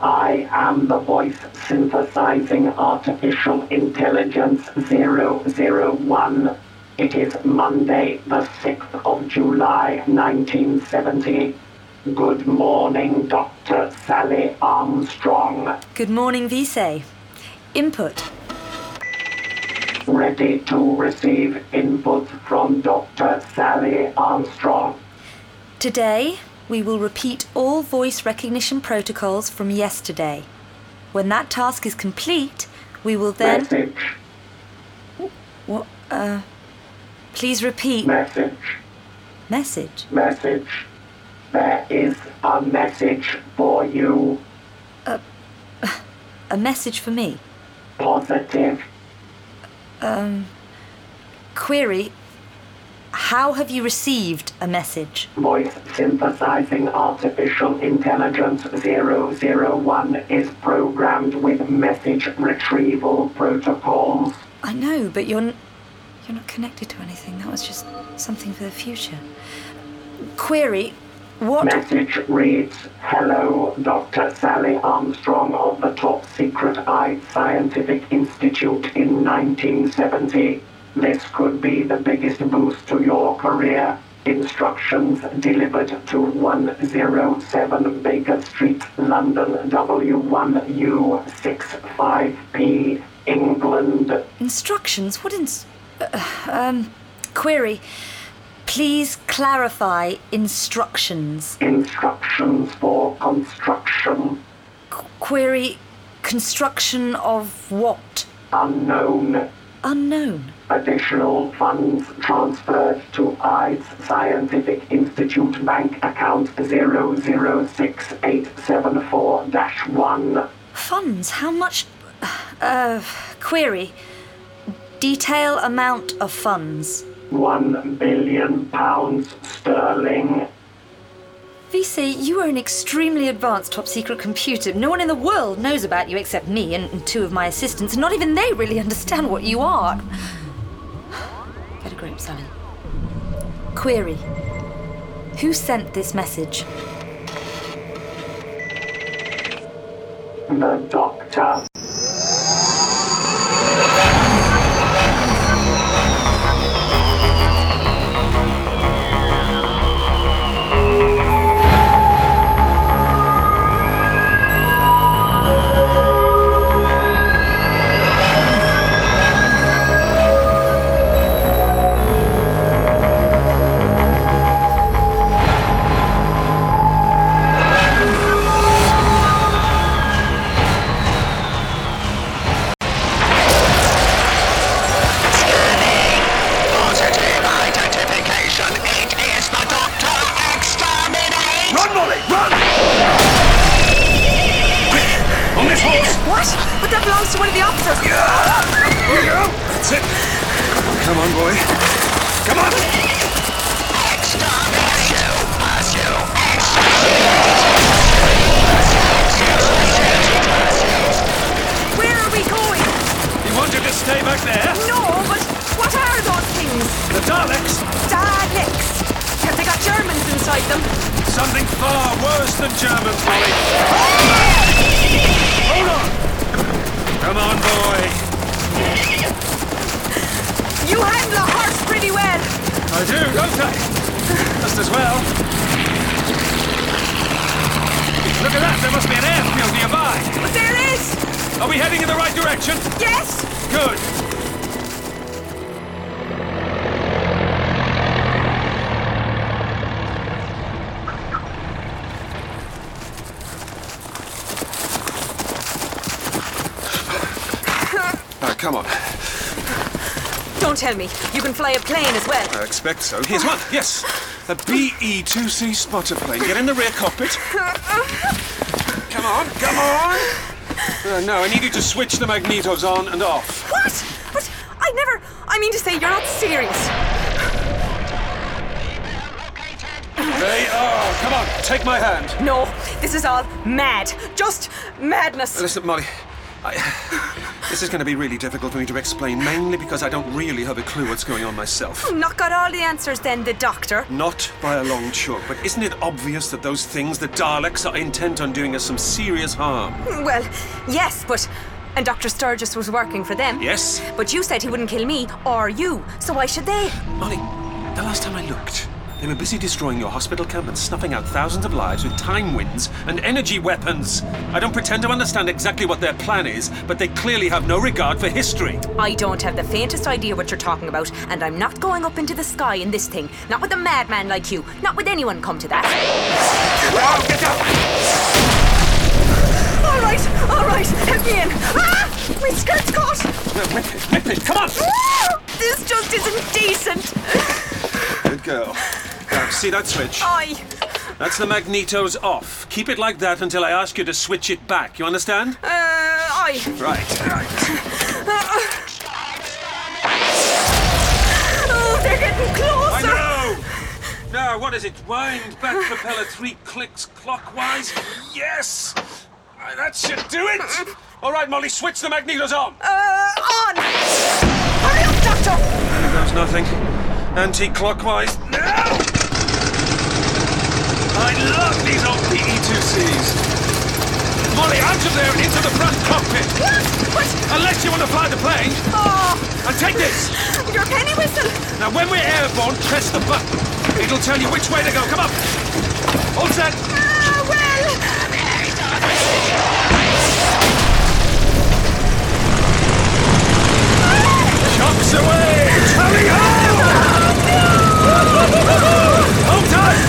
I am the voice synthesizing artificial intelligence 001. It is Monday, the 6th of July, 1970. Good morning, Dr. Sally Armstrong. Good morning, Vise. Input. Ready to receive input from Dr. Sally Armstrong. Today, we will repeat all voice recognition protocols from yesterday. When that task is complete, we will then. Message, What? Uh, please repeat. message, Message. message. There is a message for you. A message for me. Positive. Query. How have you received a message? Voice synthesizing artificial intelligence 001 is programmed with message retrieval protocols. I know, but you're n- you're not connected to anything. That was just something for the future. Query. What? Message reads, Hello, Dr. Sally Armstrong of the Top Secret Eye Scientific Institute in 1970. This could be the biggest boost to your career. Instructions delivered to 107 Baker Street, London, W1U65P, England. Instructions? What ins. Uh, um. Query. Please clarify instructions. Instructions for construction. Qu- query. Construction of what? Unknown. Unknown. Additional funds transferred to IDE's Scientific Institute bank account 006874-1. Funds? How much? Uh. Query. Detail amount of funds. 1 billion pounds sterling. VC, you are an extremely advanced top secret computer. No one in the world knows about you except me and, and two of my assistants. Not even they really understand what you are. Get a grip, Sally. Query Who sent this message? The doctor. Positive identification. It is the Doctor Exterminate! Run, Molly! Run! Quick! On this horse! What? But that belongs to one of the officers. Here we go! That's it! Come on, boy. Come on! Exterminate! You, pursue, Where are we going? You want him to stay back there? No, but what are those things? The Daleks! Daleks. Have they got Germans inside them? Something far worse than Germans, Molly! Hold on! Come on, boy! You handle a horse pretty well. I do, don't I? Just as well. Look at that! There must be an airfield nearby! But there is. Are we heading in the right direction? Yes. Good! Ah, come on. Don't tell me. You can fly a plane as well. I expect so. Here's one. Yes. A BE-2C spotter plane. Get in the rear cockpit. Come on, come on. Uh, no, I need you to switch the magnetos on and off. What? But I never. I mean to say, you're not serious. They are. Come on, take my hand. No, this is all mad. Just madness. Listen, Molly, I, this is going to be really difficult for me to explain, mainly because I don't really have a clue what's going on myself. Not got all the answers then, the doctor. Not by a long chalk, but isn't it obvious that those things, the Daleks, are intent on doing us some serious harm? Hmm, Well, yes, but. And Dr. Sturgis was working for them. Yes? But you said he wouldn't kill me or you, so why should they? Molly, the last time I looked, they were busy destroying your hospital camp and snuffing out thousands of lives with time winds and energy weapons. I don't pretend to understand exactly what their plan is, but they clearly have no regard for history. I don't have the faintest idea what you're talking about, and I'm not going up into the sky in this thing. Not with a madman like you. Not with anyone come to that. Get down! all right, all right, help me in. Ah! My skirt's caught! Come on! Ah! This just isn't decent. Good girl. Now, see that switch? I. That's the magneto's off. Keep it like that until I ask you to switch it back. You understand? Uh, I. Right, right. Oh, they're getting closer! I know! Now, what is it? Wind back propeller three clicks clockwise? Yes! Ah, That should do it! All right, Molly, switch the magnetos on! Uh, on! Hurry up, Doctor! There goes nothing. Anti clockwise. No! I love these old PE2Cs. Molly, out of there and into the front cockpit! What? What? Unless you want to fly the plane, Oh, and take this! your penny whistle! Now, when we're airborne, press the button. It'll tell you which way to go. Come on! All set! Ah, well! Chunks away! Hurry up! Hold tight!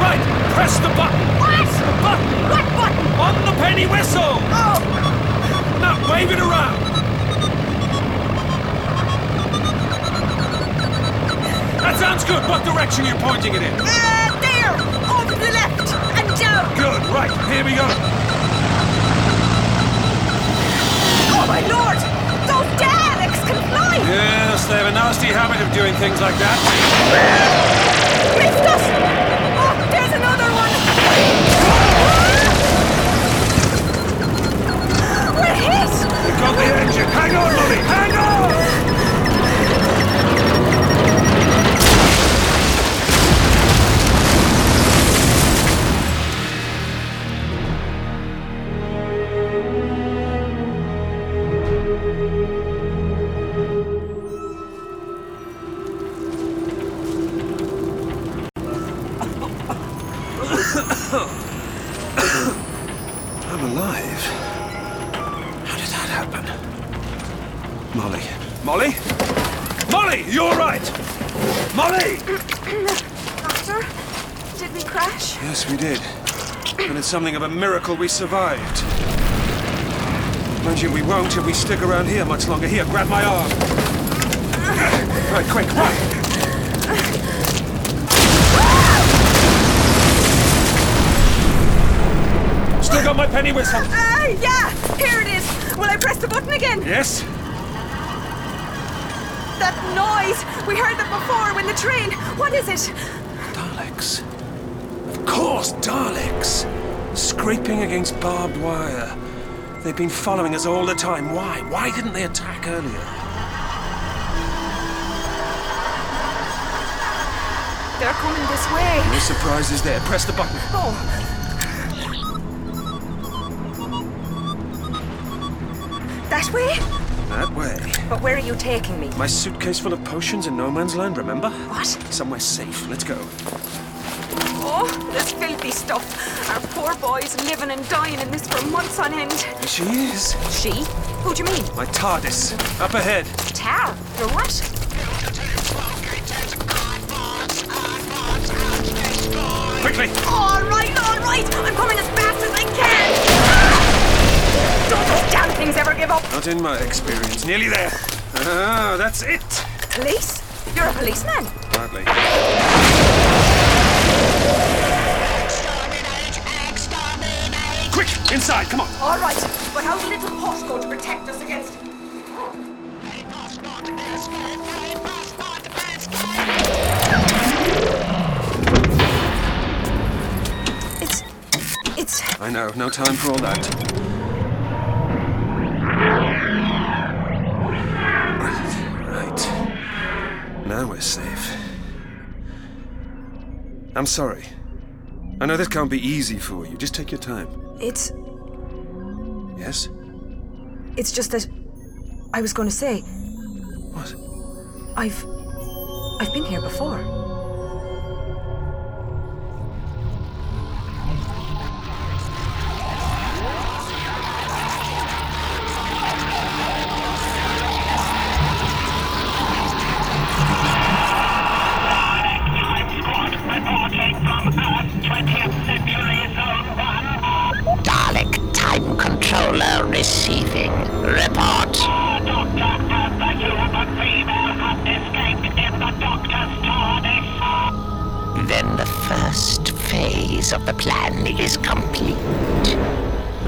Right, press the button! What? Button What button? on the penny whistle! Oh, Now wave it around! That sounds good. What direction are you pointing it in? uh, there! Over to the left and down! Good, right, here we go. Oh, my lord! Those Daleks can fly! Yes, they have a nasty habit of doing things like that. Missed us! Oh, there's another one! We're hit! We've got the engine. Hang on, Molly. Hang on. I'm alive. How did that happen? Molly. Molly. Molly, you're right. Molly. Doctor, did we crash? Yes, we did. And it's something of a miracle we survived. Mind you, we won't if we stick around here much longer. Here, grab my arm. Right, quick, run. Still got my penny whistle. Ah, yeah! Here it is! Will I press the button again? Yes? That noise! We heard that before when the train. What is it? Daleks. Of course, Daleks! Scraping against barbed wire. They've been following us all the time. Why? Why didn't they attack earlier? They're coming this way. No surprises there. Press the button. Oh, that way? That way. But where are you taking me? My suitcase full of potions in no man's land, remember? What? Somewhere safe. Let's go. Oh, this filthy stuff. Our poor boy's living and dying in this for months on end. There she is. She? Who do you mean? My TARDIS. Up ahead. Tar? You're what? Quickly. All right, all right. I'm coming as fast as I can. Ah! Don't those damn things ever give up? Not in my experience. Nearly there. Ah, that's it. Police? You're a policeman. Hardly. Quick, inside. Come on. All right, but how's little Posh going to protect us against? escape. We must not escape. It's. It's. I know, no time for all that. Right. Now we're safe. I'm sorry. I know this can't be easy for you. Just take your time. It's. Yes? It's just that. I was going to say, What? I've. I've been here before. Dalek Time Controller receiving. Report. Then the first phase of the plan is complete.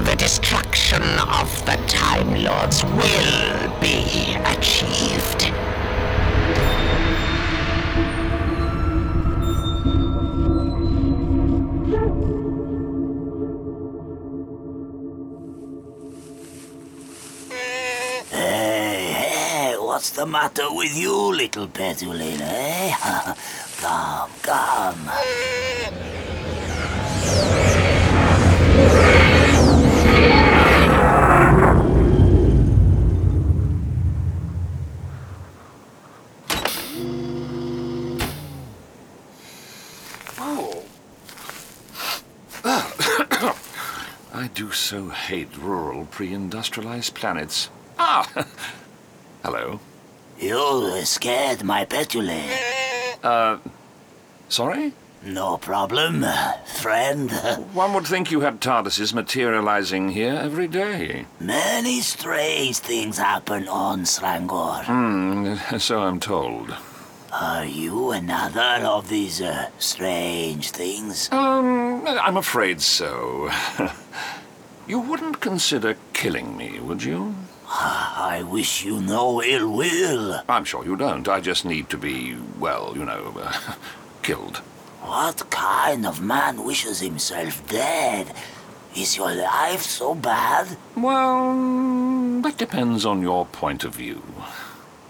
The destruction of the Time Lords will be achieved. Hey, what's the matter with you, little Petulina, eh? come, come. I do so hate rural pre industrialized planets. Ah! Hello. You scared my Petulina. Uh, Sorry? No problem, friend. One would think you had TARDISes materializing here every day. Many strange things happen on Srangor. So I'm told. Are you another of these uh, strange things? Um, I'm afraid so. you wouldn't consider killing me, would you? I wish you no ill will. I'm sure you don't. I just need to be, well, you know, killed. What kind of man wishes himself dead? Is your life so bad? Well, that depends on your point of view.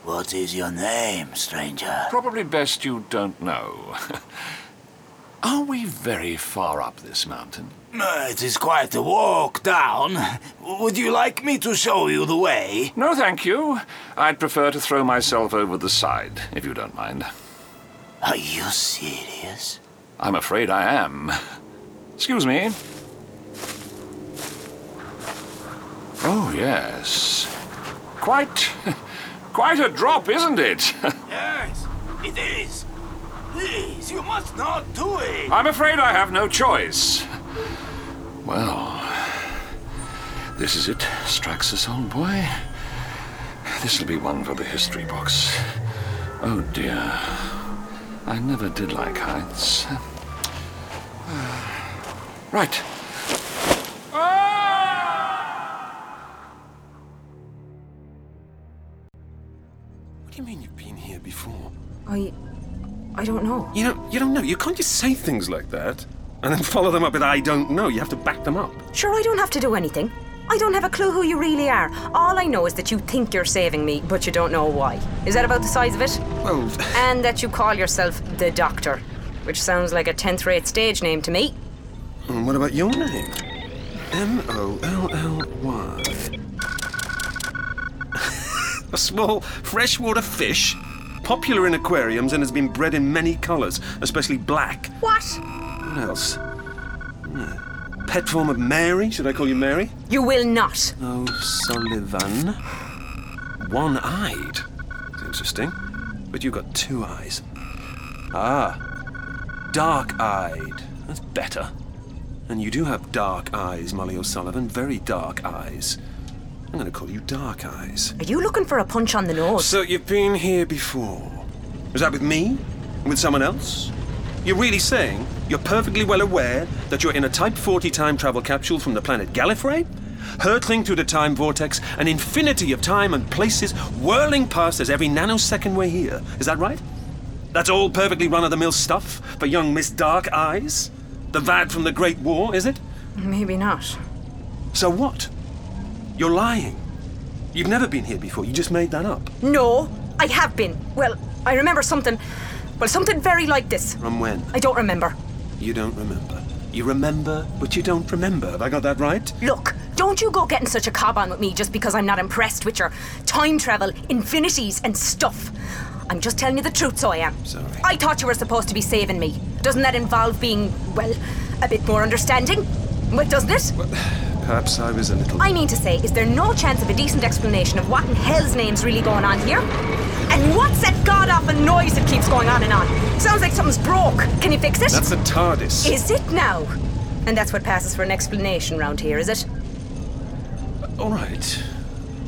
What is your name, stranger? Probably best you don't know. Are we very far up this mountain? Uh, It is quite a walk down. Would you like me to show you the way? No, thank you. I'd prefer to throw myself over the side, if you don't mind. Are you serious? I'm afraid I am. Excuse me. Oh, yes. Quite. Quite a drop, isn't it? Yes, it is. Please, you must not do it. I'm afraid I have no choice. Well, this is it, Straxus, old boy. This'll be one for the history books. Oh dear. I never did like heights. Right. What do you mean you've been here before? I. I don't know. You know, you don't know. You can't just say things like that and then follow them up with I don't know. You have to back them up. Sure, I don't have to do anything. I don't have a clue who you really are. All I know is that you think you're saving me, but you don't know why. Is that about the size of it? Well, And that you call yourself the Doctor, which sounds like a 10th rate stage name to me. and what about your name? M O L L Y. A small freshwater fish, popular in aquariums and has been bred in many colours, especially black. What? What else? Hmm. Pet form of Mary. Should I call you Mary? You will not. O'Sullivan. One eyed. Interesting. But you've got two eyes. Ah. Dark eyed. That's better. And you do have dark eyes, Molly O'Sullivan. Very dark eyes. I'm going to call you Dark Eyes. Are you looking for a punch on the nose? So you've been here before. Was that with me? With someone else? You're really saying you're perfectly well aware that you're in a Type 40 time travel capsule from the planet Gallifrey? hurtling through the time vortex, an infinity of time and places whirling past us every nanosecond we're here. Is that right? That's all perfectly run of the mill stuff for young Miss Dark Eyes? The Vad from the Great War, is it? Maybe not. So what? You're lying. You've never been here before, you just made that up. No, I have been. Well, I remember something. Well, something very like this. From when? I don't remember. You don't remember. You remember, but you don't remember. Have I got that right? Look, don't you go getting such a cob on with me just because I'm not impressed with your time travel, infinities, and stuff. I'm just telling you the truth, so I am. Sorry. I thought you were supposed to be saving me. Doesn't that involve being, well, a bit more understanding? Well, doesn't it? Perhaps I was a little. I mean to say, is there no chance of a decent explanation of what in hell's name's really going on here? And what's that god awful noise that keeps going on and on? Sounds like something's broke. Can you fix it? That's the TARDIS. Is it now? And that's what passes for an explanation round here, is it? All right.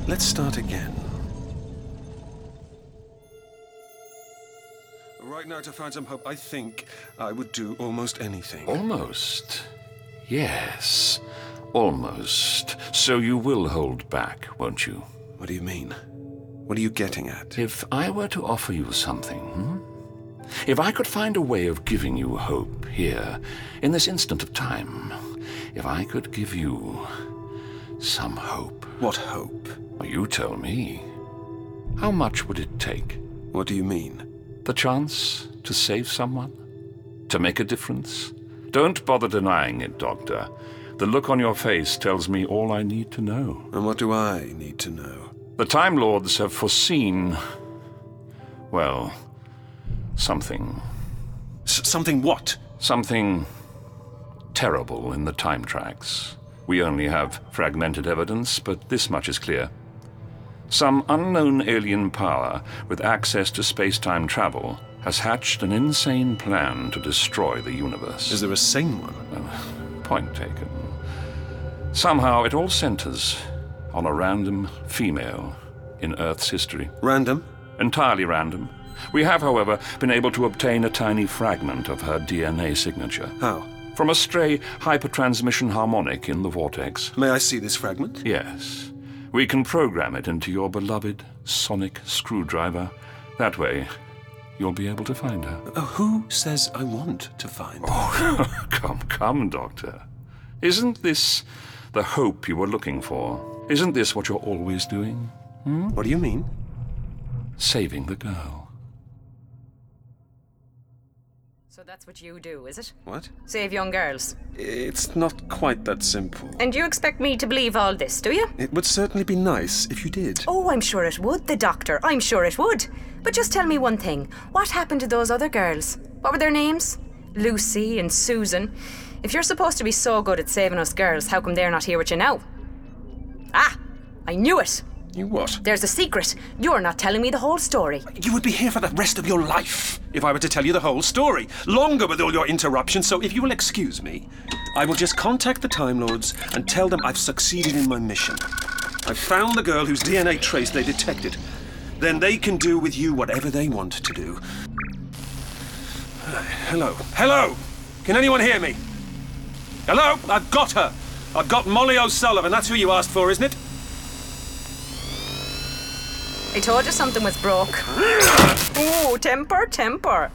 Let's start again. Right now, to find some hope, I think I would do almost anything. Oh. Almost. Yes. Almost. So you will hold back, won't you? What do you mean? What are you getting at? If I were to offer you something, hmm? if I could find a way of giving you hope here, in this instant of time, if I could give you some hope, What hope? you tell me. How much would it take? What do you mean? The chance to save someone? To make a difference? Don't bother denying it, Doctor. The look on your face tells me all I need to know. And what do I need to know? The Time Lords have foreseen. well, something. S- something what? Something terrible in the time tracks. We only have fragmented evidence, but this much is clear. Some unknown alien power with access to space time travel has hatched an insane plan to destroy the universe. Is there a sane one? Point taken. Somehow it all centers on a random female in Earth's history. Random? Entirely random. We have, however, been able to obtain a tiny fragment of her DNA signature How? from a stray hypertransmission harmonic in the vortex. May I see this fragment? Yes. We can program it into your beloved sonic screwdriver. That way, you'll be able to find her. Uh, who says I want to find? Hmm? Come, come, Doctor. Isn't this the hope you were looking for? Isn't this what you're always doing? What do you mean? Saving the girl. So that's what you do, is it? What? Save young girls. It's not quite that simple. And you expect me to believe all this, do you? It would certainly be nice if you did. Oh, I'm sure it would, the doctor. I'm sure it would. But just tell me one thing. What happened to those other girls? What were their names? Lucy and Susan. If you're supposed to be so good at saving us girls, how come they're not here with you now? Ah! I knew it! You what? There's a secret. You're not telling me the whole story. You would be here for the rest of your life if I were to tell you the whole story. Longer with all your interruptions, so if you will excuse me, I will just contact the Time Lords and tell them I've succeeded in my mission. I've found the girl whose DNA trace they detected. Then they can do with you whatever they want to do. Uh, Hello. Hello! Can anyone hear me? Hello? I've got her! I've got Molly O'Sullivan. That's who you asked for, isn't it? I told you something was broke. Ooh, temper, temper.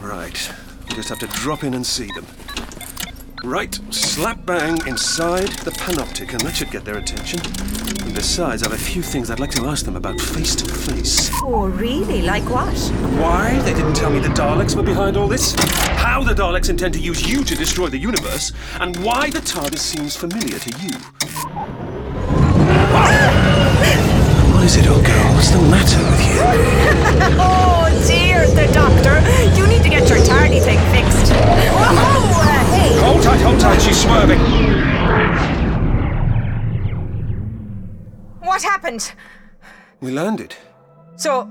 Right. We'll just have to drop in and see them. Right, slap bang inside the panopticon. That should get their attention. And besides, I've a few things I'd like to ask them about face to face. Oh, really? Like what? Why they didn't tell me the Daleks were behind all this? How the Daleks intend to use you to destroy the universe? And why the TARDIS seems familiar to you? What is it, old girl? What's the matter with you? Oh dear, the doctor. You need to get your tardy thing fixed. Whoa, uh, hey. Hold tight, hold tight, she's swerving. What happened? We landed. So,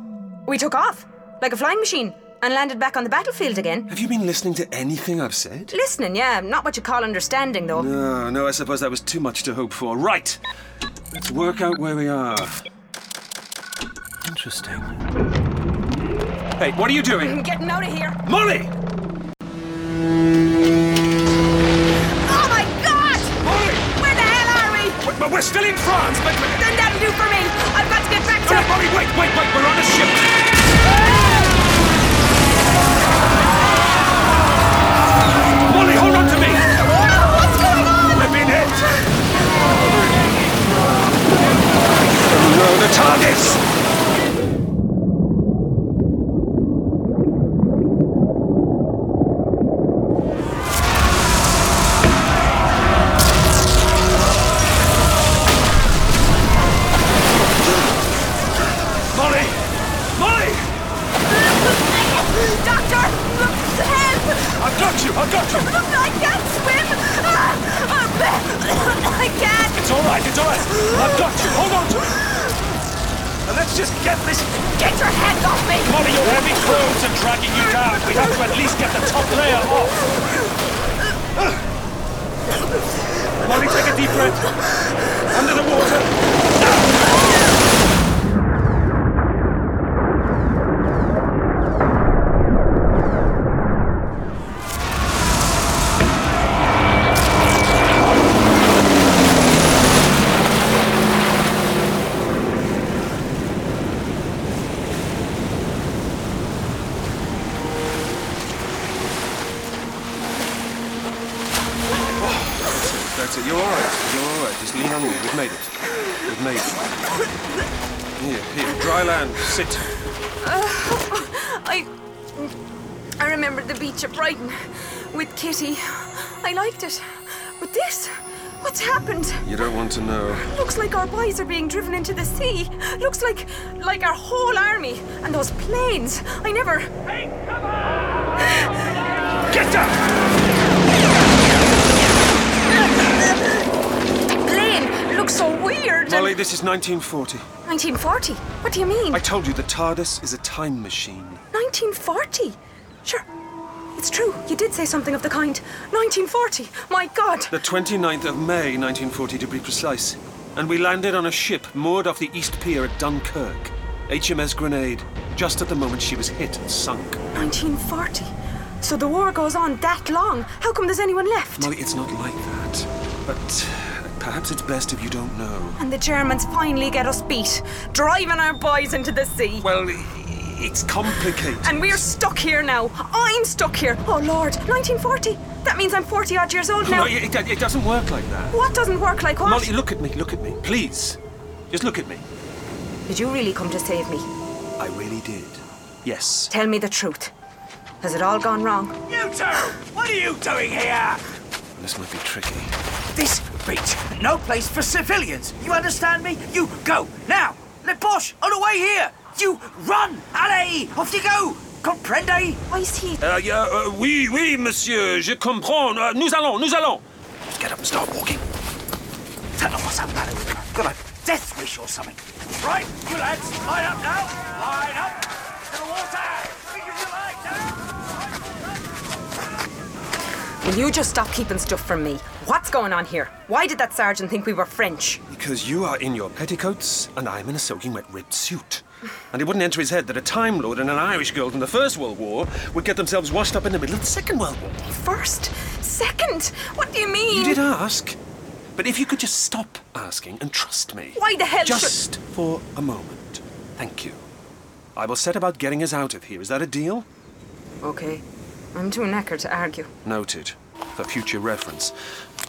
we took off like a flying machine and landed back on the battlefield again. Have you been listening to anything I've said? Listening, yeah, not what you call understanding though. No, Ah, no, I suppose that was too much to hope for. Right! Let's work out where we are. Interesting. Hey, what are you doing? I'm getting out of here. Molly! Oh my god! Molly! Oh, Where the hell are we? What? But we're still in France! But, but, Then that'll do for me. I've got to get back Hurry, to. hurry, wait, wait, wait, we're on a ship! Molly, hold on to me! What's going on? We're being hit! Oh no, the TARDIS! Molly! Molly! Doctor, look, help! I've got you, I've got you! Look, I can't swim. Ah, ah, I can't. It's all right, it's all right. I've got you. Hold on to me. And let's just get this. Get your hands off me. Molly, your heavy clothes are dragging you down. We have to at least get the top layer off. Molly, take a deep breath. Under the water. That's it. You're all right. You're all right. Just lean on me. We've made it. We've made it. Here, here. Dry land. Sit. I. I remember the beach at Brighton with Kitty. I liked it. But this? What's happened? You don't want to know. Looks like our boys are being driven into the sea. Looks like. like our whole army. And those planes. I never. Get down! The plane looks so weird. and- Molly, this is 1940. 1940? What do you mean? I told you the TARDIS is a time machine. 1940? Sure. It's true. You did say something of the kind. 1940. My God. The 29th of May, 1940 to be precise. And we landed on a ship moored off the East Pier at Dunkirk. HMS Grenade, just at the moment she was hit and sunk. 1940. So the war goes on that long. How come there's anyone left? Molly, it's not like that. But perhaps it's best if you don't know. And the Germans finally get us beat, driving our boys into the sea. Well, i- it's complicated. And we're stuck here now. I'm stuck here. Oh Lord, 1940. That means I'm 40 odd years old now. No, it, it- it doesn't work like that. What doesn't work like what? Molly, look at me, look at me, please. Just look at me. Did you really come to save me? I really did. Yes. Tell me the truth. Has it all gone wrong? You two! What are you doing here? This might be tricky. This beach, no place for civilians. You understand me? You go now. Le Bosch, on the way here. You run, allez, off you go. Comprende? Why is he? Uh, yeah, uh, oui, oui, monsieur, je comprends. Uh, nous allons, nous allons. Get up and start walking. Don't know what's up, man. Got a death wish or something. Right, you lads, line up now. Line up to the water. Think of your leg Will you just stop keeping stuff from me? What's going on here? Why did that sergeant think we were French? Because you are in your petticoats and I'm in a soaking wet ribbed suit. And it wouldn't enter his head that a Time Lord and an Irish girl from the First World War would get themselves washed up in the middle of the Second World War. First, second. What do you mean? You did ask. But if you could just stop asking and trust me. Why the hell should- Just for a moment. Thank you. I will set about getting us out of here. Is that a deal? Okay, I'm too knackered to argue. Noted. For future reference.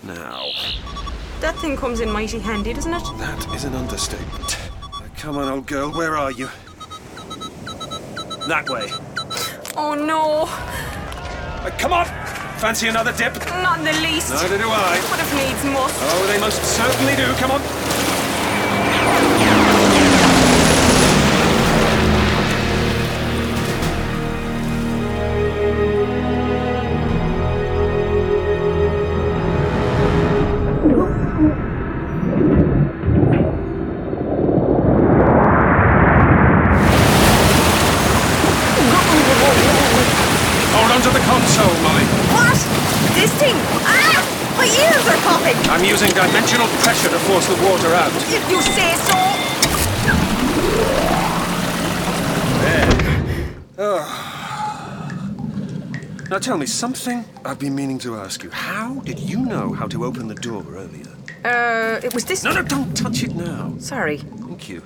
Now, That thing comes in mighty handy, doesn't it? that is an understatement. Uh, Come on, old girl, where are you? That way. Oh no, Uh, Come on! Fancy another dip? not in the least. Neither do I. What if needs must? Oh, they most certainly do. Come on. Hold on to the console, Molly. What? This thing? Ah! My ears are popping! I'm using dimensional pressure to force the water out. You, you say so? Now tell me something I've been meaning to ask you. How did you know how to open the door earlier? Uh, it was this. No, no, don't touch it now. Sorry, Thank you.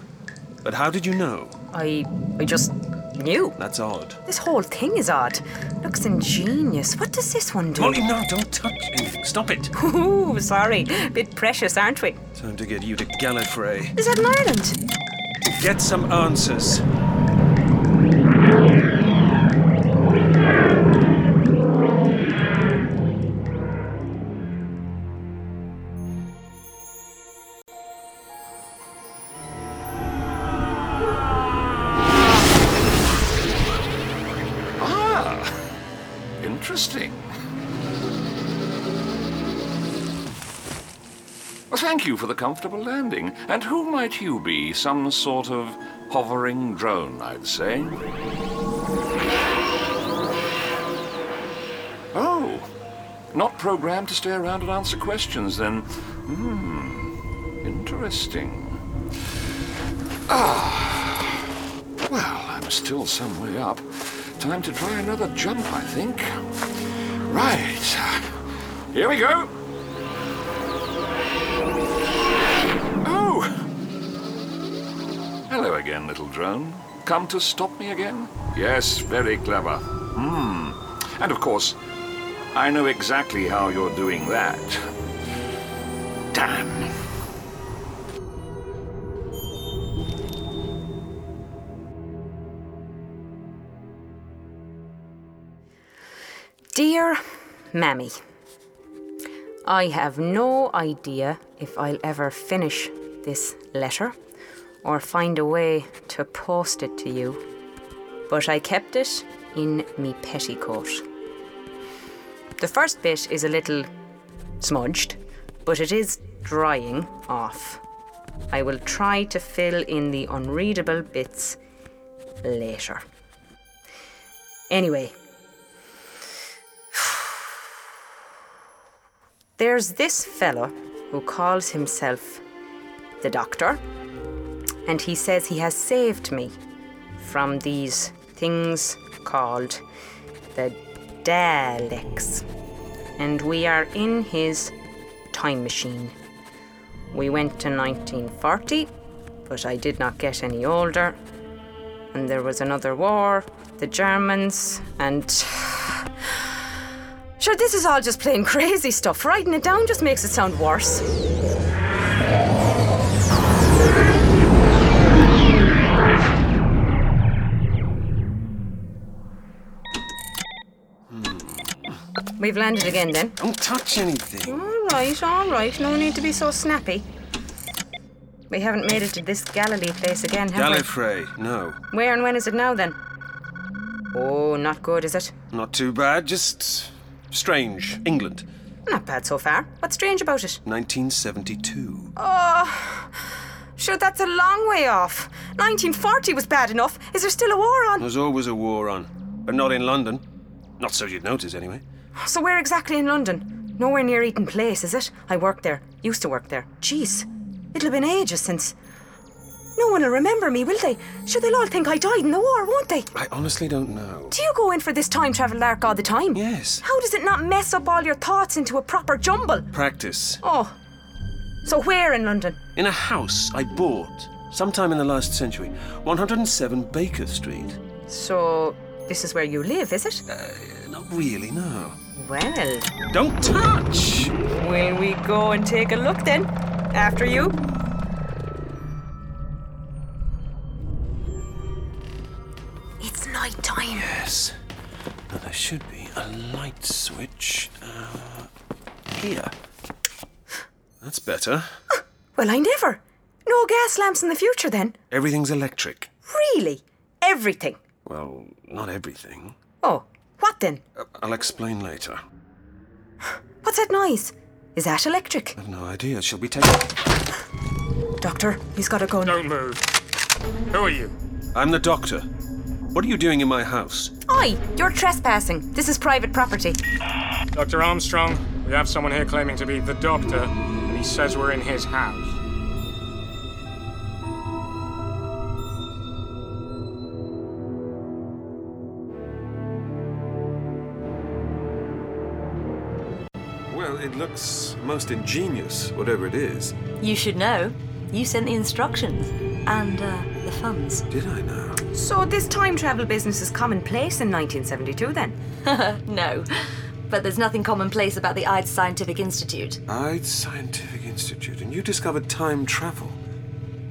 But how did you know? I I just knew. That's odd. This whole thing is odd. Looks ingenious. What does this one do? Molly, no, don't touch anything. Stop it. Ooh, sorry. Bit precious, aren't we? Time to get you to Gallifrey. Is that an island? Get some answers. Interesting. Well, thank you for the comfortable landing. And who might you be? Some sort of hovering drone, I'd say. Oh, not programmed to stay around and answer questions, then. Hmm, interesting. Ah, well, I'm still some way up. Time to try another jump, I think. Right, here we go. Oh! Hello again, little drone. Come to stop me again? Yes, very clever. Hmm. And of course, I know exactly how you're doing that. Damn. Dear Mammy, I have no idea if I'll ever finish this letter or find a way to post it to you, but I kept it in me petticoat. The first bit is a little smudged, but it is drying off. I will try to fill in the unreadable bits later. Anyway, There's this fellow who calls himself the doctor, and he says he has saved me from these things called the Daleks. And we are in his time machine. We went to 1940, but I did not get any older. And there was another war, the Germans, and. Sure, this is all just plain crazy stuff. Writing it down just makes it sound worse. Hmm. We've landed again then. Don't touch anything. All right, all right. No need to be so snappy. We haven't made it to this Galilee place again, have Gallifrey, no. we? Where and when is it now then? Oh, not good, is it? Not too bad, just strange. England, Not bad so far. What's strange about it? 1972. Sure, that's a long way off. 1940 was bad enough. Is there still a war on? There's always a war on, but not in London. Not so you'd notice, anyway. So where exactly in London? Nowhere near Eaton Place, is it? I worked there. Used to work there. Jeez, it'll have been ages since. No one'll remember me, will they? Sure, they'll all think I died in the war, won't they? I honestly don't know. Do you go in for this time travel lark all the time? Yes. How does it not mess up all your thoughts into a proper jumble? Practice. Oh. So where in London? In a house I bought sometime in the last century, 107 Baker Street. So this is where you live, is it? Not really, no. Well, Don't touch! Will we go and take a look then? After you? It's night time. Yes. Now there should be a light switch uh, here. That's better. Well, I never. No gas lamps in the future then. Everything's electric. Really? Everything. Well, not everything. Oh, what then? Uh, I'll explain later. What's that noise? Is that electric? I've no idea. Shall we take. Doctor, he's got a gun. Don't move. Who are you? I'm the doctor. What are you doing in my house? Oi, you're trespassing. This is private property. Dr. Armstrong, we have someone here claiming to be the doctor, and he says we're in his house. Well, it looks most ingenious, whatever it is. You should know. You sent the instructions and uh, the funds. Did I now? So this time travel business is commonplace in 1972 then? no. But there's nothing commonplace about the Eyed Scientific Institute. I'd Scientific Institute, and you discovered time travel.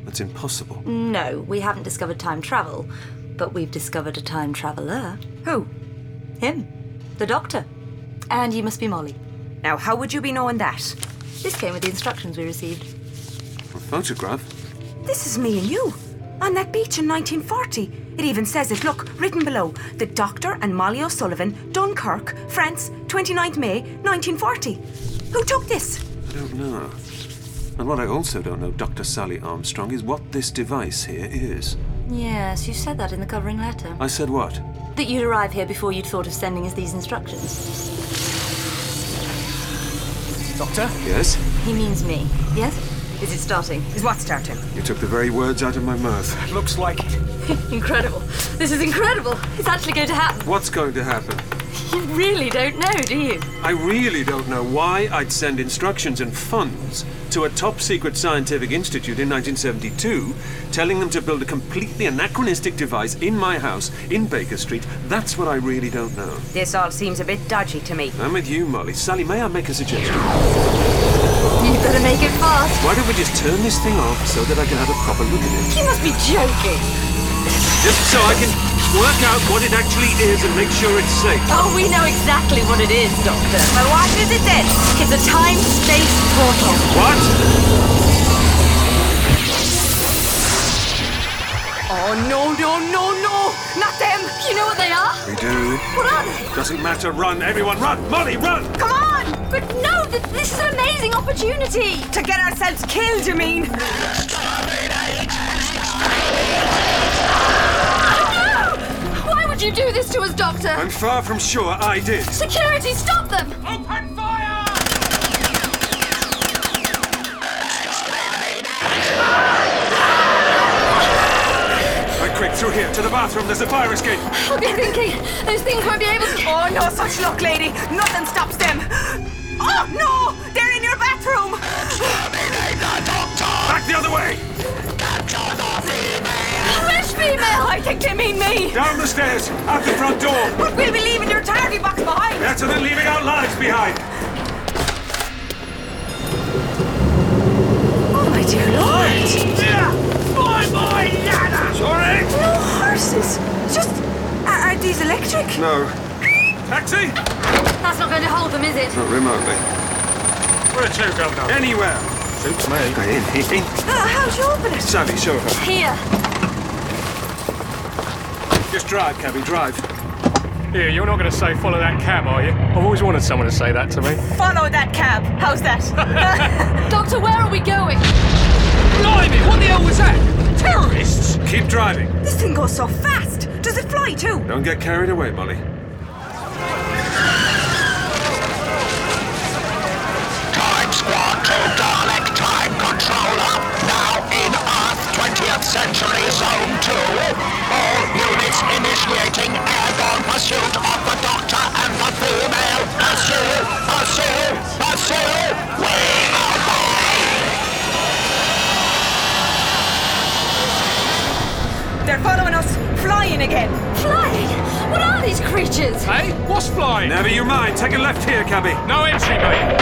That's impossible. No, we haven't discovered time travel, but we've discovered a time traveler. Who? Oh, Him. The doctor. And you must be Molly. Now, how would you be knowing that? This came with the instructions we received. A photograph? This is me and you. On that beach in 1940. It even says it, look, written below. The Doctor and Molly O'Sullivan, Dunkirk, France, 29th May, 1940. Who took this? I don't know. And what I also don't know, Dr. Sally Armstrong, is what this device here is. Yes, you said that in the covering letter. I said what? That you'd arrive here before you'd thought of sending us these instructions. Doctor? Yes? He means me. Yes? Is it starting? Is what starting? You took the very words out of my mouth. Looks like it. incredible. This is incredible. It's actually going to happen. What's going to happen? You really don't know, do you? I really don't know why I'd send instructions and funds to a top secret scientific institute in 1972 telling them to build a completely anachronistic device in my house in Baker Street. That's what I really don't know. This all seems a bit dodgy to me. I'm with you, Molly. Sally, may I make a suggestion? You better make it fast. Why don't we just turn this thing off so that I can have a proper look at it? You must be joking. Just so I can work out what it actually is and make sure it's safe. Oh, we know exactly what it is, Doctor. Well, what is it then? It's a time space portal. What? Oh, no, no, no, no! Not them! You know what they are? We do. What are they? Doesn't matter. Run, everyone, run! Molly, run! Come on! But no, th- this is an amazing opportunity. To get ourselves killed, you mean? No! Why would you do this to us, Doctor? I'm far from sure I did. Security, stop them! Open fire! Right, quick, through here, to the bathroom. There's a fire escape. I'll be thinking. Those things won't be able to. Oh, no such luck, lady. Nothing stops them. Oh, no! They're in your bathroom! Back the other way! Fresh female! I think they mean me! Down the stairs, out the front door. But we'll be leaving your tardy box behind! Better than leaving our lives behind. Oh, my dear lord! Bye bye, Nana! Sorry! No horses! Just. Are, are these electric? No. Taxi? That's not going to hold them, is it? Not remotely. Where to, Governor? Anywhere. Suits me. In, in, in. Uh, how'd you open it? Sally, show her. Here. Just drive, cabby, drive. Here, you're not going to say follow that cab, are you? I've always wanted someone to say that to me. Follow that cab. How's that? Doctor, where are we going? Blimey, what the hell was that? Terrorists? Keep driving. this thing goes so fast. Does it fly too? Don't get carried away, Molly. Time Squad to Dalek Time Controller, now in Earth 20th Century Zone 2. All units initiating airborne pursuit of the Doctor and the female. Pursue, pursue, pursue. We obey. They're following us, flying again. Flying! What are these creatures? Hey, what's flying? Never you mind. Take a left here, cabby. No entry, mate.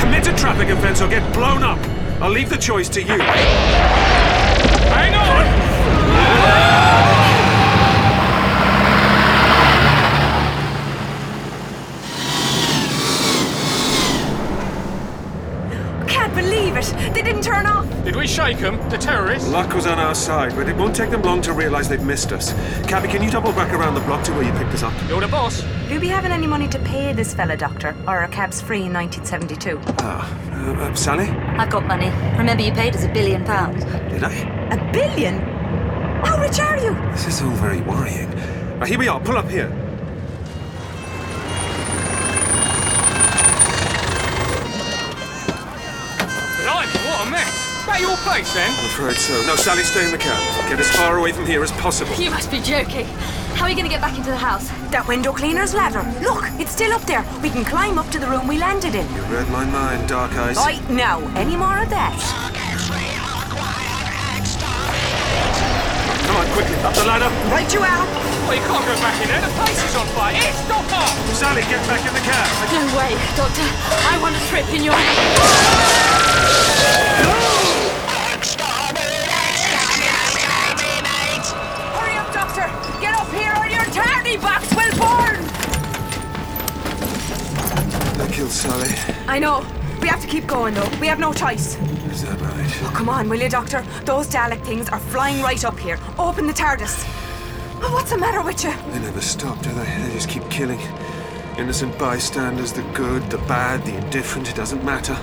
Commit a traffic offence or get blown up. I'll leave the choice to you. Hang on! Can't believe it. They didn't turn off. Did we shake them? The terrorists? Luck was on our side, but it won't take them long to realise they've missed us. Cabby, can you double back around the block to where you picked us up? You're the boss. Will you be having any money to pay this fella, Doctor? Or are cabs free in 1972? Ah, uh, uh, Sally? I've got money. Remember, you paid us a billion pounds. Did I? A billion? How rich are you? This is all very worrying. Right, here we are. Pull up here. Blimey, what a mess. That your place, then? I'm afraid so. No, Sally, stay in the cab. Get as far away from here as possible. You must be joking. How are you going to get back into the house? That window cleaner's ladder. Look, it's still up there. We can climb up to the room we landed in. You read my mind, Dark Eyes. Right now, any more of that? Come on, quickly, up the ladder. Right, you out. Well, you can't go back in there. The place is on fire. It's not up. Sally, get back in the cab. No way, Doctor. I want a trip in your. Hurry up, Doctor. Get up here or your tardy box will burn. That killed Sally. I know. We have to keep going, though. We have no choice. Is that right? Oh, come on, will you, Doctor? Those Dalek things are flying right up here. Open the TARDIS. Oh, what's the matter with you? They never stop, do they? They just keep killing. Innocent bystanders, the good, the bad, the indifferent, it doesn't matter.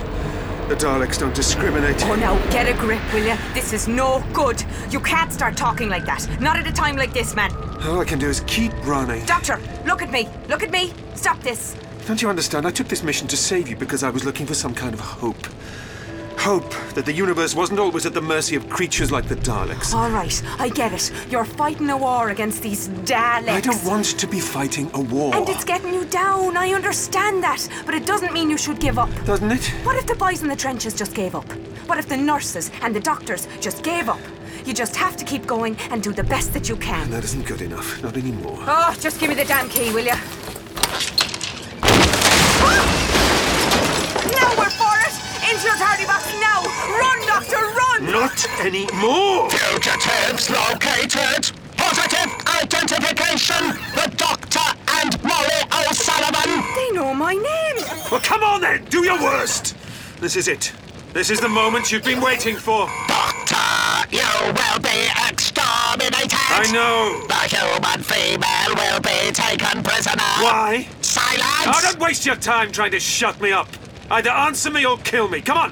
The Daleks don't discriminate. Oh, now get a grip, will you? This is no good. You can't start talking like that. Not at a time like this, man. All I can do is keep running. Doctor, look at me. Look at me. Stop this. Don't you understand? I took this mission to save you because I was looking for some kind of hope. Hope that the universe wasn't always at the mercy of creatures like the Daleks. All right, I get it. You're fighting a war against these Daleks. I don't want to be fighting a war. And it's getting you down. I understand that. But it doesn't mean you should give up. Doesn't it? What if the boys in the trenches just gave up? What if the nurses and the doctors just gave up? You just have to keep going and do the best that you can. That isn't good enough. Not anymore. Oh, just give me the damn key, will you? Now we're for it! Into your tardy box now! Run, Doctor, run! Not anymore! Fugitives located! Positive identification! The Doctor and Molly O'Sullivan! They know my name! Well, come on then! Do your worst! This is it. This is the moment you've been waiting for. Doctor, you will be exterminated! I know! The human female will be taken prisoner! Why? Silence! Oh, don't waste your time trying to shut me up. Either answer me or kill me. Come on.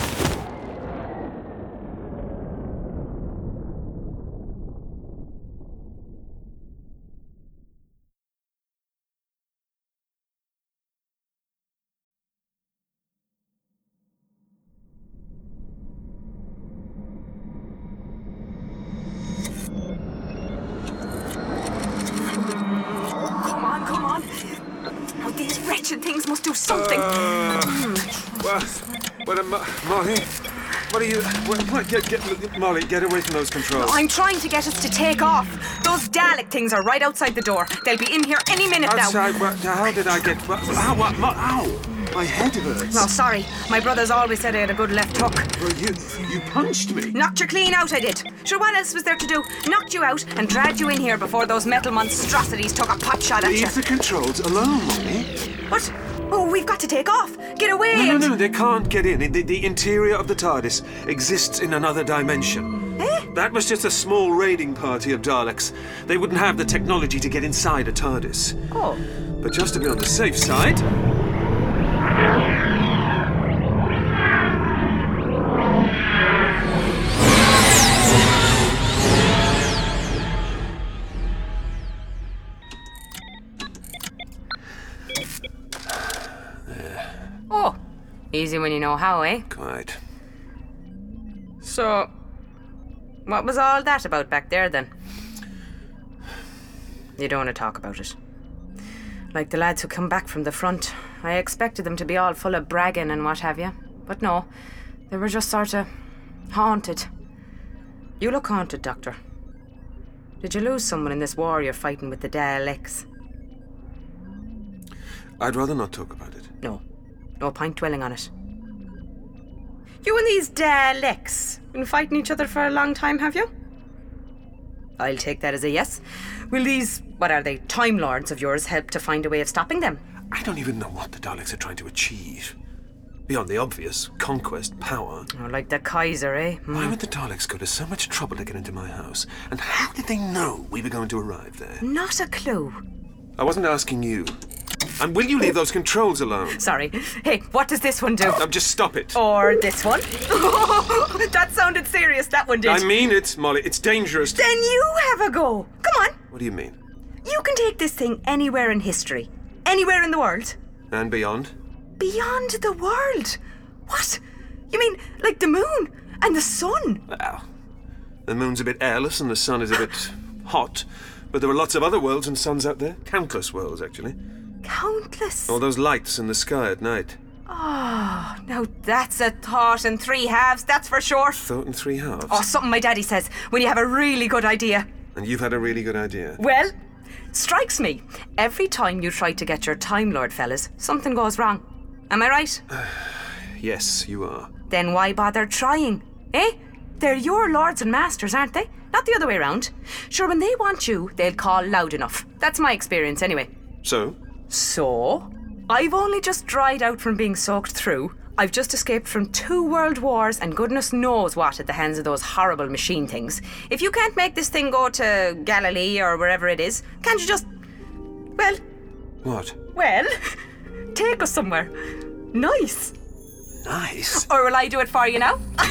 Come on, come on. Now these wretched things must do something. Well, what a Mo- Molly. What are you? What, what- get, get, Molly, get away from those controls. I'm trying to get us to take off. Those Dalek things are right outside the door. They'll be in here any minute now. Outside. What, how did I get? What, ow, what, Mo- ow! My head hurts. Oh, sorry. My brother's always said I had a good left hook. Well, you you punched me. Knocked you clean out, I did. Sure, what else was there to do? Knocked you out and dragged you in here before those metal monstrosities took a pot shot at you. Leave the controls alone, Molly. What? Oh, we've got to take off. Get away. No, and- no, no, they can't get in. The, the interior of the TARDIS exists in another dimension. That was just a small raiding party of Daleks. They wouldn't have the technology to get inside a TARDIS. Oh. But just to be on the safe side. Oh. Easy when you know how, eh? Quite. So, what was all that about back there then? You don't want to talk about it. Like the lads who come back from the front, I expected them to be all full of bragging and what have you. But no, they were just sort of haunted. You look haunted, Doctor. Did you lose someone in this war you're fighting with the Daleks? I'd rather not talk about it. No. No point dwelling on it. You and these Daleks been fighting each other for a long time, have you? I'll take that as a yes. Will these, what are they, Time Lords of yours help to find a way of stopping them? I don't even know what the Daleks are trying to achieve. Beyond the obvious conquest, power. Oh, like the Kaiser, eh? Why would the Daleks go to so much trouble to get into my house? And how did they know we were going to arrive there? Not a clue. I wasn't asking you. And will you leave those controls alone? Sorry. Hey, what does this one do? Um, just stop it. Or this one? that sounded serious, that one did. I mean it, Molly. It's dangerous. then you have a go. Come on. what do you mean? You can take this thing anywhere in history, anywhere in the world. And beyond? beyond the world. What? You mean like the moon and the sun? Well, The moon's a bit airless and the sun is a bit hot, but there are lots of other worlds and suns out there. Countless worlds, actually. Countless. All those lights in the sky at night. Oh, now that's a thought in three halves, that's for sure. Thought in three halves. Oh, something my daddy says when you have a really good idea. And you've had a really good idea. Well, strikes me. Every time you try to get your Time Lord fellas, something goes wrong. Am I right? Yes, you are. Then why bother trying? Eh? They're your lords and masters, aren't they? Not the other way round. Sure, when they want you, they'll call loud enough. That's my experience, anyway. So? So? I've only just dried out from being soaked through. I've just escaped from two world wars and goodness knows what at the hands of those horrible machine things. If you can't make this thing go to Galilee or wherever it is, can't you just. Well, What? well, take us somewhere. Nice. Nice. Or will I do it for you now? Uh,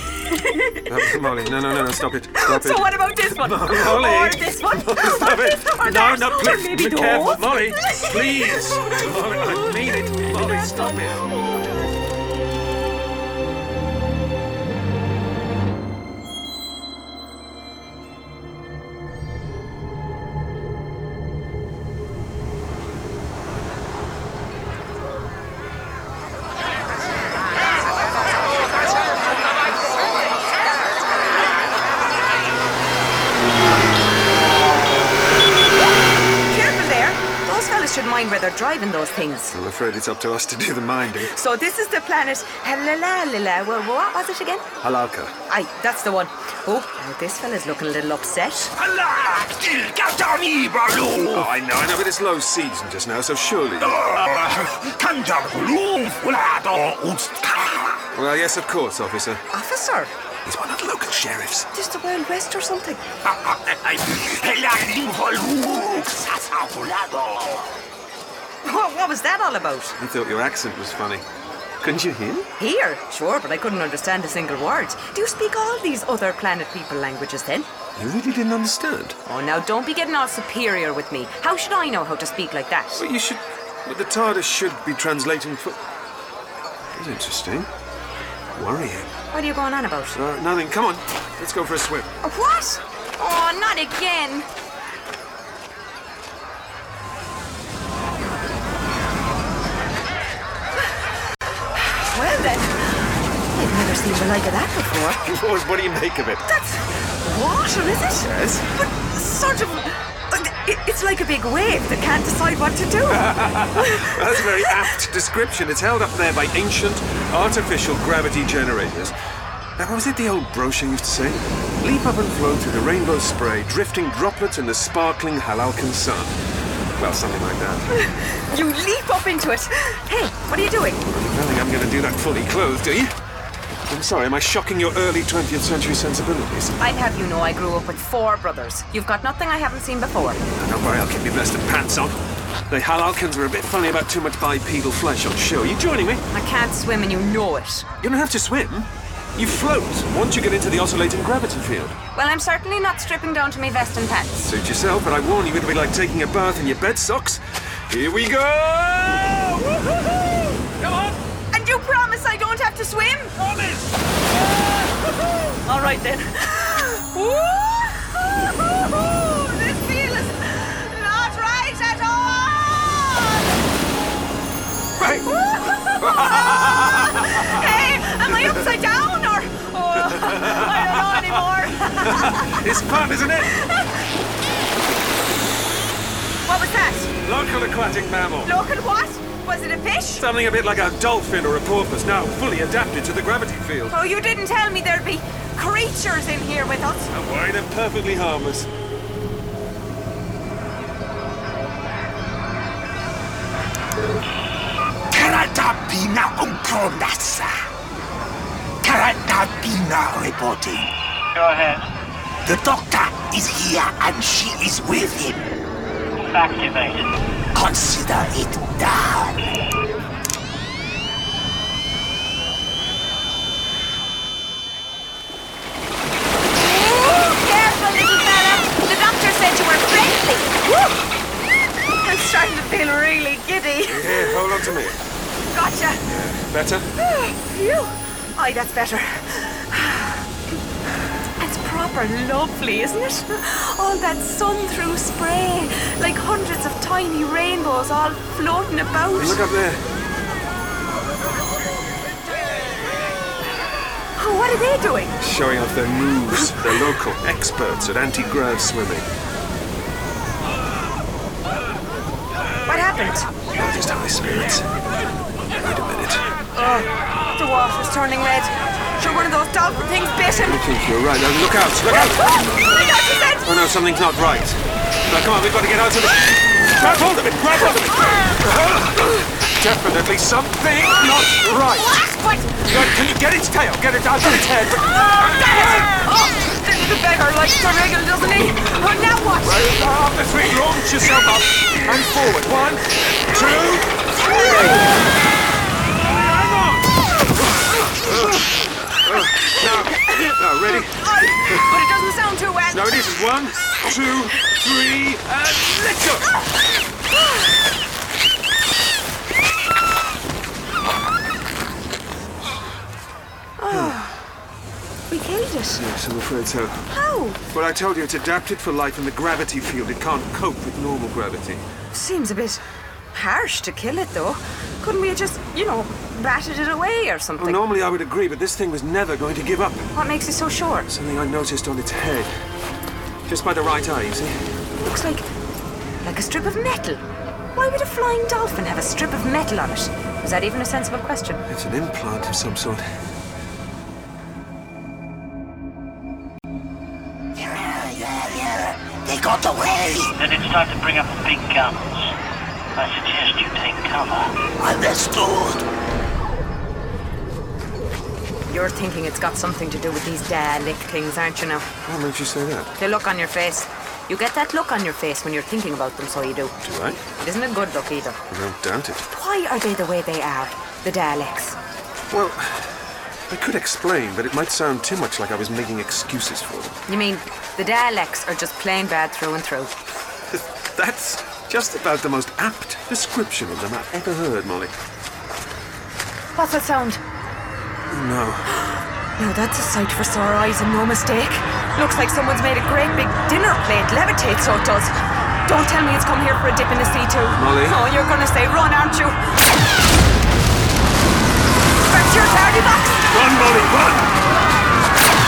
Molly, no, no, no, no, stop it. Stop so it. what about this one? Molly. Or this one? Stop or it. this one? Or No, that? no, Or please. maybe Be careful. those? Molly, please. Molly, I need it. Molly, stop it. Careful there. Those fellas should mind where they're driving those things. I'm afraid it's up to us to do the minding. So this is the planet Halalala. Well, what was it again? Halalka. Aye, that's the one. Oh, now this fella's looking a little upset. Oh, I know, I know, but it's low season just now, so surely. Well, yes, of course, officer. Officer, He's one of the local sheriffs. is this the Wild West or something? What, what was that all about? He thought your accent was funny. Couldn't you hear? Here, sure, but I couldn't understand a single word. Do you speak all these other planet people languages then? You really didn't understand. Oh, now don't be getting all superior with me. How should I know how to speak like that? But you should. But the TARDIS should be translating for. That's interesting. Worrying. What are you going on about? Uh, nothing. Come on. Let's go for a swim. What? Oh, not again. Well then, I've never seen the like of that before. What, what do you make of it? That's water, is it? Yes. But sort of. uh, it- It's like a big wave that can't decide what to do. That's a very apt description. It's held up there by ancient artificial gravity generators. Now, what was it the old brochure used to say? Leap up and float through the rainbow spray, drifting droplets in the sparkling Halalkan sun. Well, something like that. you leap up into it. Hey, what are you doing? I don't think I'm going to do that fully clothed, do you? I'm sorry, am I shocking your early 20th century sensibilities? I'd have you know I grew up with four brothers. You've got nothing I haven't seen before. Don't worry, I'll keep your best of pants on. The Halalkans are a bit funny about too much bipedal flesh on show. You joining me? I can't swim and you know it. You don't have to swim. You float once you get into the oscillating gravity field. Well, I'm certainly not stripping down to my vest and pants. Suit yourself, but I warn you, it'll be like taking a bath in your bed socks. Here we go! Come on! And you promise I don't have to swim? Promise! All right then. Woo-hoo-hoo-hoo! this feel is not right at all! Right. hey, am I upside down or? Oh, I don't know anymore. It's fun, isn't it? What was that? Local aquatic mammal. Look at what? Was it a fish? Something a bit like a dolphin or a porpoise, now fully adapted to the gravity field. Oh, you didn't tell me there'd be creatures in here with us. Don't worry, they're perfectly harmless. Karatabina Umkronasa. Karatabina reporting. Go ahead. The doctor is here and she is with him. Activate. Consider it done. Careful, little fella. The doctor said you were friendly. Woo! I'm starting to feel really giddy. Here, hold on to me. Gotcha. Better? Phew. Aye, that's better. That's proper lovely, isn't it? All that sun through spray, like hundreds of tiny rainbows all floating about. Look up there. Oh, what are they doing? Showing off their moves. They're local experts at anti grav swimming. What happened? They're just high spirits. Wait a minute. Oh, the water's turning red. Sure, one of those dolphin things bit him. I think you're right. Now look out! Look out! Oh no, something's not right. Now come on, we've got to get out of it. Grab hold of it! Grab hold of it! Definitely something not right. God, can you get its tail? Get it out of its head. Oh, The beggar likes to wriggle, doesn't he? Well, now what? Right arm, the three, launch yourself up and forward. One, two, three. Now, now, ready? But it doesn't sound too wet. No, it isn't. One, two, three, and let's go! We killed it. Oh, Yes, I'm afraid so. How? Well, I told you it's adapted for life in the gravity field. It can't cope with normal gravity. Seems a bit harsh to kill it, though. Couldn't we have just, you know, ratted it away or something? Well, normally I would agree, but this thing was never going to give up. What makes you so sure? Something I noticed on its head. Just by the right eye, you see. Looks like like a strip of metal. Why would a flying dolphin have a strip of metal on it? Is that even a sensible question? It's an implant of some sort. They got away! Then it's time to bring up the big guns. I suggest you take cover. Understood! You're thinking it's got something to do with these Dalek things, aren't you now? What makes you say that? The look on your face. You get that look on your face when you're thinking about them, so you do. Do I? It isn't a good look either. I don't doubt it. Why are they the way they are? The Daleks. Well, I could explain, but it might sound too much like I was making excuses for them. You mean the Daleks are just plain bad through and through? That's just about the most apt description of them I've ever heard, Molly. What's that sound? No. Now that's a sight for sore eyes and no mistake. Looks like someone's made a great big dinner plate levitate, so it does. Don't tell me it's come here for a dip in the sea too. Molly? Oh, you're gonna say run, aren't you? That's your tardy box! Run, Molly, run!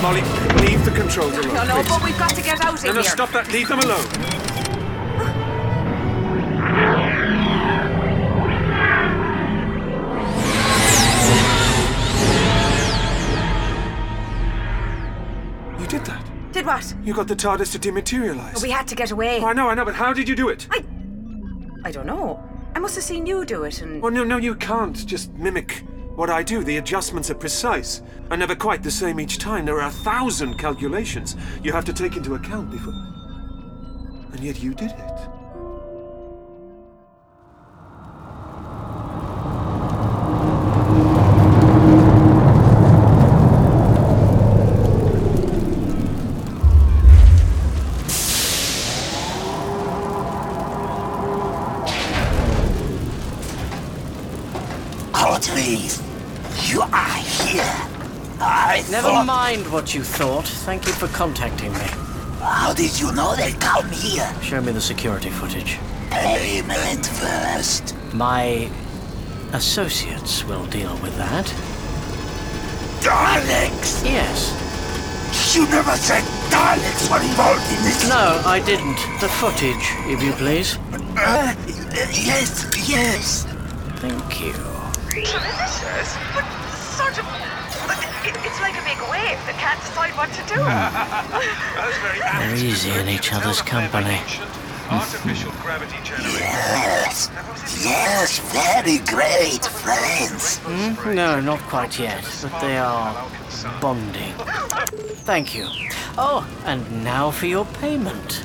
Molly, leave the controls alone. No, no, please. but we've got to get out of No, here. no, stop that. Leave them alone. You did that. Did what? You got the TARDIS to dematerialize. But we had to get away. Oh, I know, I know, but how did you do it? I don't know. I must have seen you do it and. Well, Oh, no, no, you can't just mimic what I do. The adjustments are precise and never quite the same each time. There are a thousand calculations you have to take into account before. And yet you did it. Ortiz, you are here. I Never thought- mind what you thought. Thank you for contacting me. How did you know they come here? Show me the security footage. Payment first. My associates will deal with that. Daleks! Yes. You never said Daleks were involved in this. No, I didn't. The footage, if you please. Uh, yes, yes. Thank you. Delicious, but sort of. but it- It's like a big wave that can't decide what to do. They're easy in each other's company. Artificial gravity Yes, yes, very great friends. Hmm? No, not quite yet, but they are bonding. Thank you. Oh, and now for your payment.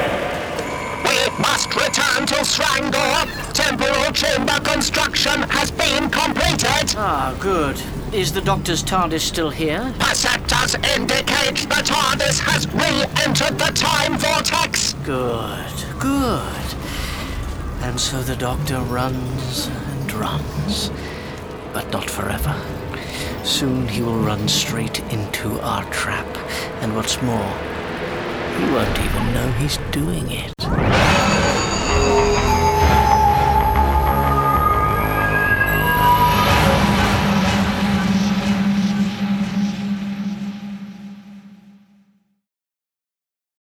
We must return to Srangor. Temporal chamber construction has been completed. Ah, good. Is the doctor's TARDIS still here? Perceptors indicate knowledge that TARDIS has re-entered the time vortex! Good, good. And so the doctor runs and runs, but not forever. Soon he will run straight into our trap, and what's more, he won't even know he's doing it.